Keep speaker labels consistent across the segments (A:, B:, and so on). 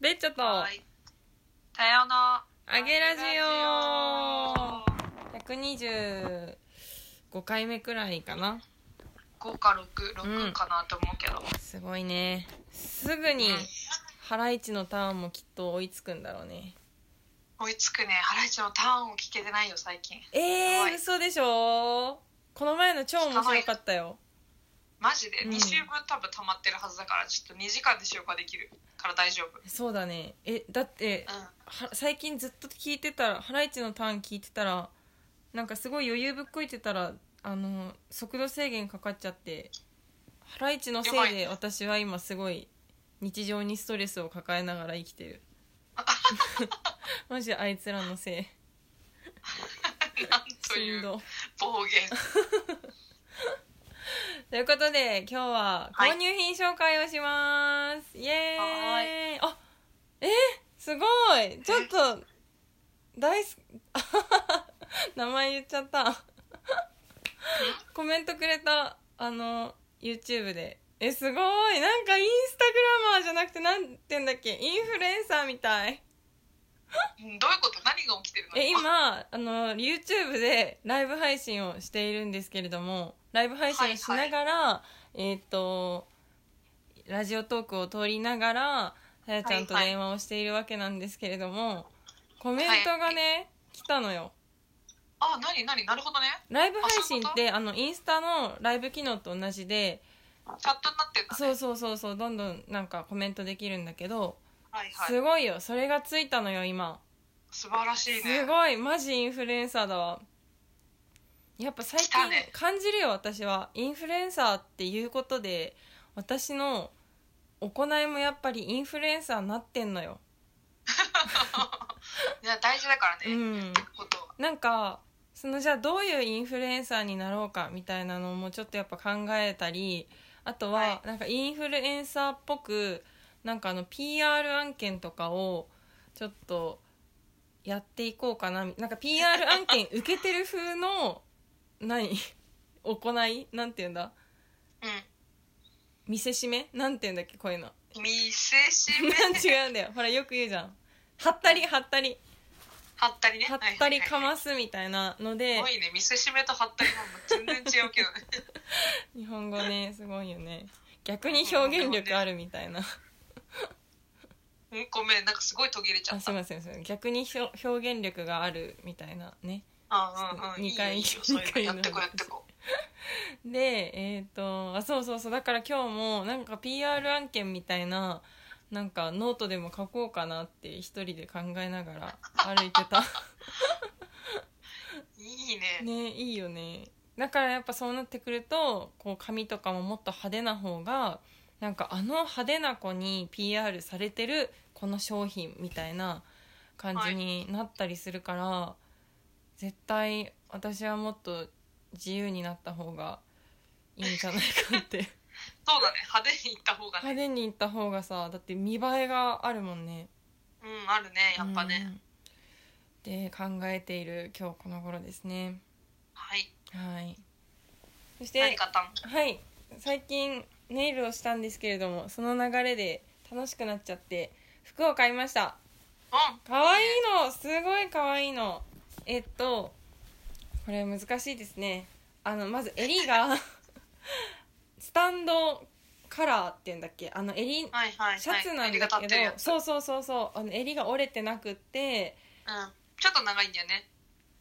A: ベッチョと、
B: はい。たよの。
A: あげラジ
B: あげラ
A: 125回目くらいかな。
B: ジオ。5か6、6かなと思うけど。
A: すごいね。すぐに、ハライチのターンもきっと追いつくんだろうね。
B: 追いつくね。ハライチのターンを聞けてないよ、最近。
A: え
B: ご
A: ー、
B: い
A: 嘘でしょこの前の超面白かったよ。
B: マジで。
A: うん
B: 2週分多分溜まってるはずだから、ちょっと2時間で消化できるから大丈夫。
A: そうだね。え、だって、
B: うん。
A: は最近ずっと聞いてたら、ハライチのターン聞いてたら、なんかすごい余裕ぶっこいてたら、あの、速度制限かかっちゃって、ハライチのせいで私は今すごい日常にストレスを抱えながら生きて る。マジであいつらのせい。
B: なんとい
A: しん
B: う
A: ど。
B: 暴言。
A: ということで今日は
B: はい
A: 購入品紹介をします、イエ
B: は
A: ーイあえすごいちょっと大好き 名前言っちゃったコメントくれたあの YouTube でえすごいなんかインスタグラマーじゃなくてなんて言うんだっけインフルエンサーみたい
B: うんどういうこと何が起きてるの
A: え。今あの YouTube でライブ配信をしているんですけれどもライブ配信をしながら、えーっとラジオトークを通りながらさやちゃんと
B: はいはい
A: 電話をしているわけなんですけれども、コメントがね、来たのよ
B: あ、何何なるほどね。
A: ライブ配信ってあのインスタのライブ機能と同じで
B: チャットになってんだ、ね。
A: そうそうそうそうどんどんなんかコメントできるんだけど、
B: はいはい。
A: すごいよそれがついたのよ今
B: 素晴らしいね。
A: すごいマジインフルエンサーだわやっぱ最近
B: 来たね
A: 感じるよ私はインフルエンサーっていうことで私の行いもやっぱりインフルエンサーになってんのよ
B: いや大事だから
A: う
B: ね。
A: ん
B: ことは
A: なんかそのじゃあどういうインフルエンサーになろうかみたいなのもちょっとやっぱ考えたりあとは、
B: はい
A: なんかインフルエンサーっぽくなんかあの PR 案件とかをちょっとやっていこうかななんか PR 案件受けてる風の何行いなんて言うんだ
B: うん。
A: 見せしめなんて言うんだっけこういうの
B: 見せしめ
A: 違うんだよほらよく言うじゃんはったりはったり
B: はったりね
A: はったりか
B: はいはいは
A: ま
B: い
A: すみたいなので、
B: すごいね見せしめとはったりはもう全然違うけどね
A: 日本語ねすごいよね逆に表現力あるみたいな
B: うんごめんなんかすごい途切れちゃ
A: あ
B: っ
A: す
B: た
A: いませんすいません逆にひょ表現力があるみたいなね
B: あうんうんい
A: 二
B: いよ
A: 回
B: いいよそういうの
A: 二回
B: やってこうやってこ
A: でえっ、とあそうそうそうだから今日もなんか PR 案件みたいななんかノートでも書こうかなって一人で考えながら歩いてた
B: ういいね
A: ねいいよねだからやっぱそうなってくるとこう髪とかももっと派手な方がなんかあの派手な子に PR されてるこの商品みたいな感じになったりするから、絶対私はもっと自由になった方がいいんじゃないかって
B: そうだね派手にいった方がね
A: 派手に行った方がさだって見栄えがあるもんね
B: うんあるねやっぱね
A: うんで考えている今日この頃ですね
B: はい
A: はいそして
B: 何買ったの
A: はい最近ネイルをしたんですけれどもその流れで楽しくなっちゃって服を買いました
B: うん
A: かわいいのすごいかわいいのえっとこれ難しいですねあのまず襟が スタンドカラーっていうんだっけあの襟
B: はいはいはい
A: シャツなん
B: 襟が
A: だ
B: 立
A: け
B: っ
A: ど、
B: てるやつ
A: そうそうそうそうあの襟が折れてなくって
B: うんちょっと長いんだよね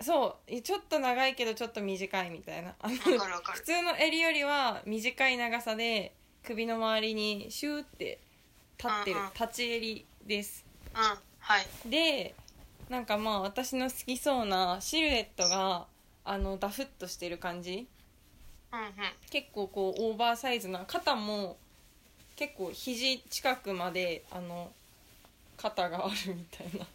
A: そうちょっと長いけどちょっと短いみたいなあの
B: わかるわか
A: 普
B: る
A: 通の襟よりは短い長さで首の周りにシューって立ってる
B: うんうん
A: 立ち襟です
B: うんはい
A: でなんかまあ私の好きそうなシルエットがあのダフっとしてる感じ
B: うんうん
A: 結構こうオーバーサイズな肩も結構肘近くまであの肩があるみたいな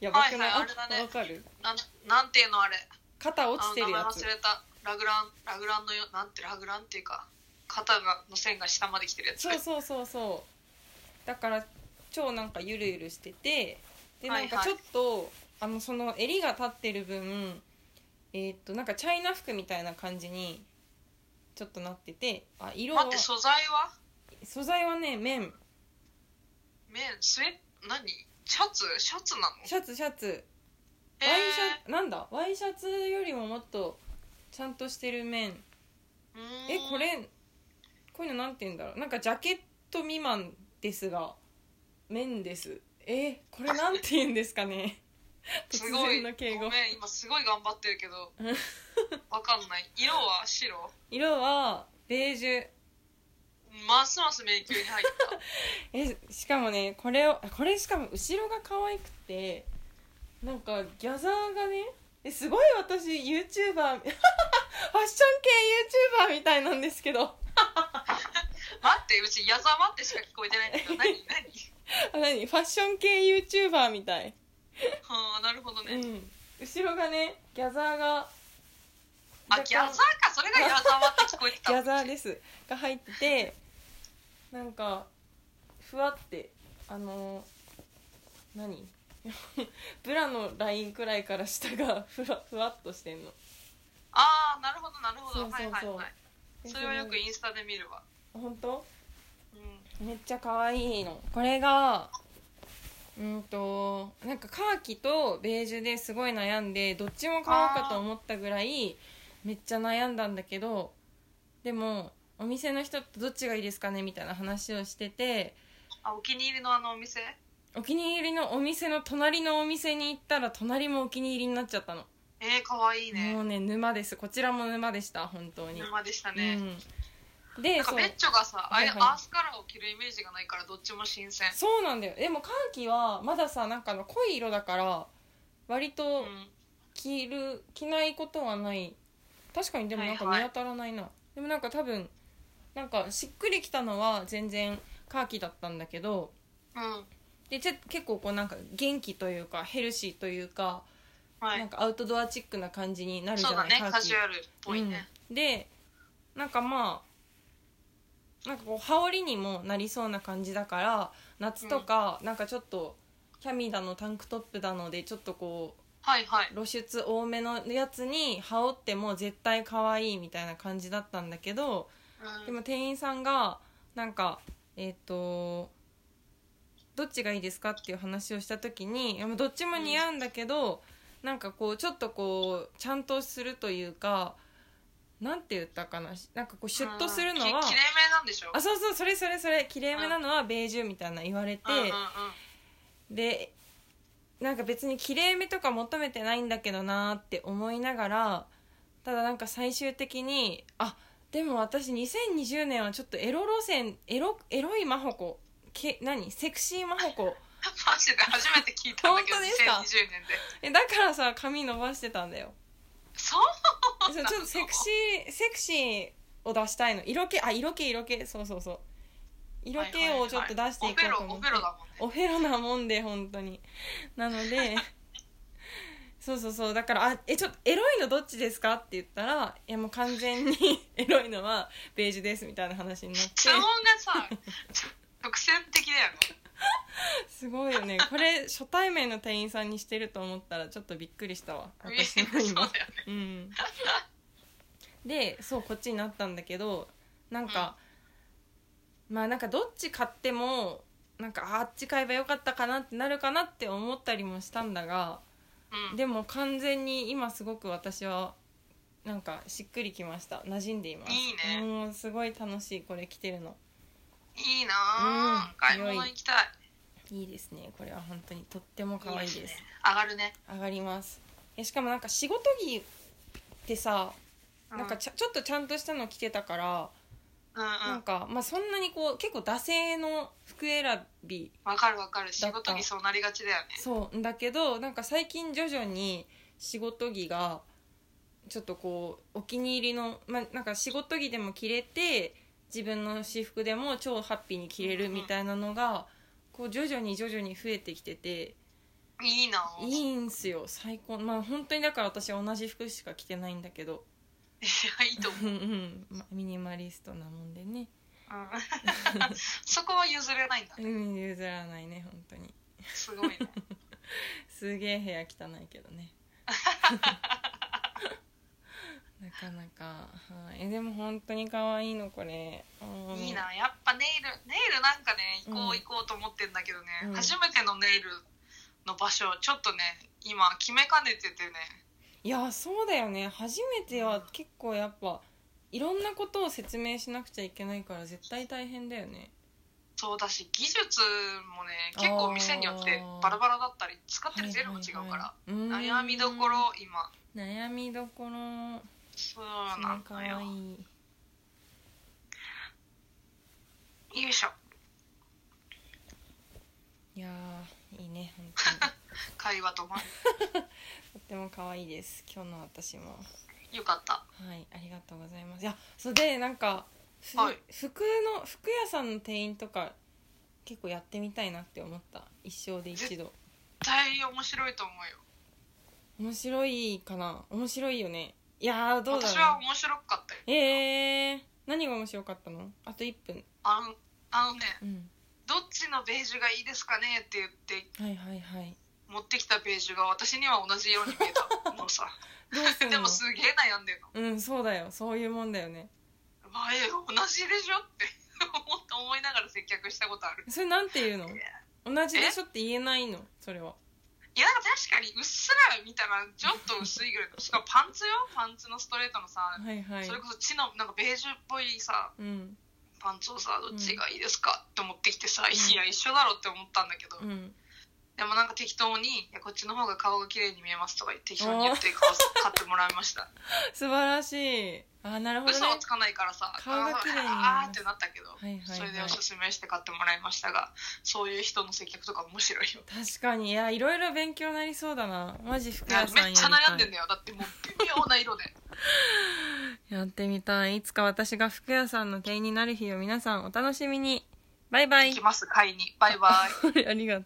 A: やばくない、
B: はいはいあれだね
A: わかる
B: なんなんていうのあれ
A: 肩落
B: あ
A: ち
B: の
A: てる
B: 名前
A: やつ
B: 忘れたラグランラグランのよなんてラグランっていうか肩がの線が下まで来てるやつ
A: そうそうそうそうだから超なんかゆるゆるしててで
B: は
A: ないん
B: はい
A: かちょっと、あのその襟が立ってる分えーっとなんかチャイナ服みたいな感じにちょっとなっててあ色は
B: 待って素材は
A: 素材はね綿
B: 綿スウェ何シャツシャツなの
A: シャツシャツ
B: え
A: ワイシ
B: ー
A: ャなんだワイシャツよりももっとちゃんとしてる面
B: うーん
A: えこれこういうのなんて言うんだろうなんかジャケット未満ですが面ですえこれなんて言うんですかね突
B: すご
A: 然
B: いごめ
A: の敬
B: ん
A: 語
B: 今すごい頑張ってる けど
A: うん
B: わかんない色は白
A: 色はベージュ
B: ますます迷宮に入った
A: えしかもねこれをあこれしかも後ろが可愛くてなんかギャザーがねえすごい私 YouTuber ファッション系 YouTuber みたいなんですけどあ
B: 待ってうち「やざま」ってしか聞こえてないんだけど何 何
A: 何ファッション系 YouTuber みたい
B: はあなるほど
A: う
B: ね、
A: ん後ろがねギャザーが
B: あギャザーかそれが「やざま」って聞こえてた
A: ギャザーですが入っててなんかふわってあの何 ブラのラインくらいから下がふわふわっとしてんの
B: ああなるほどなるほど
A: そうそうそう
B: はいはいはいそれはよくインスタで見るわ、
A: 本当
B: うん、
A: めっちゃ可愛いのこれがうんとなんかカーキとベージュですごい悩んでどっちも買おうかと思ったぐらいめっちゃ悩んだんだけどでもお店の人とどっちがいいですかねみたいな話をしてて
B: あお気に入りのあのお店
A: お気に入りのお店の隣のお店に行ったら隣もお気に入りになっちゃったの
B: えー、かわいい
A: もう
B: ね
A: ね沼ですこちらも沼でした本当に、
B: 沼でしたね、
A: うん、で
B: なん
A: そ
B: か
A: う
B: ベッチョがさあれ、
A: はいはい
B: アースカラーを着るイメージがないからどっちも新鮮
A: そうなんだよでもカーキはまださなんかあの濃い色だから割
B: う
A: と
B: ん
A: 着る着ないことはない確かにでもなんか
B: は
A: 見
B: いはい
A: 当たらないな、でもなんか多分なんかしっくりきたのは全然カーキだったんだけど
B: うん
A: でちょ結構こうなんか元気というかヘルシーというか、
B: は
A: なん
B: い
A: かアウトドアチックな感じになるじ
B: そ
A: ゃ
B: うだ
A: ない
B: ね
A: カーキ
B: カジュアルっぽいね、
A: うん、でなんかまあなんかこう羽織にもなりそうな感じだから夏とか、なんかちょっとキャミだのタンクトップだのでちょっとこ
B: はいはい
A: 露
B: う
A: 出多めのやつに羽織っても絶対可愛いみたいな感じだったんだけど
B: うん
A: でも店員さんがなんかえっ、とどっちがいいですかっていう話をした時にいやもうどっちも似合うんだけど、なんかこうちょっとこうちゃんとするというかなんて言ったかなしなんかこうシュッとするのは、
B: うんききれいめなんでしょ
A: あそうそうそれそれそれきれいめなのはベージュみたいな言われて、
B: うんうんうん
A: でなんか別にきれいめとか求めてないんだけどなーって思いながらただなんか最終的にあでも私2020年はちょっとエロ路線エロエロいマホコけ何セクシーマホコ
B: マジで初めて聞いたんだけど
A: 本当ですか
B: 2020年で
A: えだからさ髪伸ばしてたんだよ
B: そう
A: そうちょっとセクシーセクシーを出したいの色気あ色気色気そうそうそう色気をちょっと出していこうと思って、
B: はいはいはいオペロオペロだもんね
A: おフェロなもんで本当になの でそうそうそうだから「あえちょっとエロいのどっちですか?」って言ったら「いやもう完全に エロいのはベージュです」みたいな話になって
B: 質問が さちょ直線的だよね
A: すごいよねこれ初対面の店員さんにしてると思ったらちょっとびっくりしたわ私も
B: そう
A: 今
B: だよね
A: うん、でそうこっちになったんだけどなんか、まあなんかどっち買ってもなんかあっち買えばよかったかなってなるかなって思ったりもしたんだが
B: うん
A: でも完全に今すごく私はなんかしっくりきました馴染んでいます
B: いいね
A: もうすごい楽しいこれ着てるの
B: いいな
A: う
B: あ
A: ん
B: 買い物行きたい
A: いいですねこれは本当にとっても可愛いです
B: ね上がるね
A: 上がりますいやしかもなんか仕事着ってさ
B: う
A: なんかちゃちょっとちゃんとしたの着てたから
B: うんう
A: なん
B: ん
A: か、まあ、そんなにこう結構惰性の服選び
B: わかるわか
A: た
B: る仕事にそうなりがちだよね
A: そうんだけどなんか最近徐々に仕事着がちょっとこうお気に入りの、まあ、なんか仕事着でも着れて自分の私服でも超ハッピーに着れるみたいなのがこう徐々に徐々に増えてきてて
B: いいないいい
A: いんすよ最高まあ本当にだから私は同じ服しか着てないんだけど
B: やいいと 思
A: う
B: う
A: んうん、まあ、ミニマリストなもんでね
B: うんそこは譲れないんだね
A: うん譲らないね本当に
B: すごいねす
A: すげえ部屋汚いけどねなかなか、はい、えでも本当に可愛いのこれうん
B: いいなやっぱネイルネイルなんかね行こ
A: う
B: うん行こうと思ってんだけどね、
A: うん
B: 初めてのネイルの場所ちょっとね今決めかねててね
A: いやそうだよね初めては結構やっぱいろんなことを説明しなくちゃいけないから絶対大変だよね
B: そうだし技術もね結構店によってバラバラだったり使ってるゼロも違うから、
A: はいはいはい
B: 悩みどころ今
A: うん悩みどころ
B: そうなん
A: か
B: だ
A: わ
B: よ
A: いい
B: よいしょ
A: いやーいいね本
B: 会話止まる
A: 当にとっても可愛いです今日の私も
B: よかった
A: はいありがとうございますいやそれでなんか、ふ
B: はい
A: 服の服屋さんの店員とか結構やってみたいなって思った一生で一度
B: 絶対面白いと思うよ
A: 面白いかな面白いよねいやーどうだ
B: 私
A: ろ
B: は
A: う
B: 面白かったよ
A: えー、何が面白かったのあと1分
B: あのあのね
A: うん
B: どっちのベージュがいいですかねって言って
A: はいはいはい
B: 持ってきたベージュが私には同じ色に見え たのさ
A: どうすん
B: で
A: の
B: もすげえ悩んでんの
A: うんそうだよそういうもんだよね
B: 「まあ、え同じでしょ?」って思って思いながら接客したことある
A: それなんて言うの同じでしょって言えないのそれはい
B: やなんか確かにうっすら見たらちょっと薄いぐらいしかもパンツよパンツのストレートのさ、
A: はいはい
B: それこそ血のなんかベージュっぽいさ
A: うん
B: パンツをさどっちがいいですかって持ってきてさ、
A: ん
B: いや一緒だろって思ったんだけど、
A: うん
B: でもなんか適当に「いやこっちの方が顔が綺麗に見えます」とか言って適当に言って買わ買ってもらい ました
A: 素晴らしいあなるほどね
B: 嘘はつかないからさ
A: 顔が綺麗に見えます
B: あーってなったけど、
A: はいはいはい
B: それでおすすめして買ってもらいましたがそういう人の接客とか面白いよ
A: 確かにいやいろいろ勉強になりそうだなマジ服
B: いや
A: 屋さんや
B: めっ
A: り
B: ちゃ
A: たい
B: 悩んでんだよだってもう微妙な色で
A: やってみたいいつか私が服屋さんの店員になる日を皆さんお楽しみにバイバイ
B: 行きます買いにバイバ イ
A: これありがとう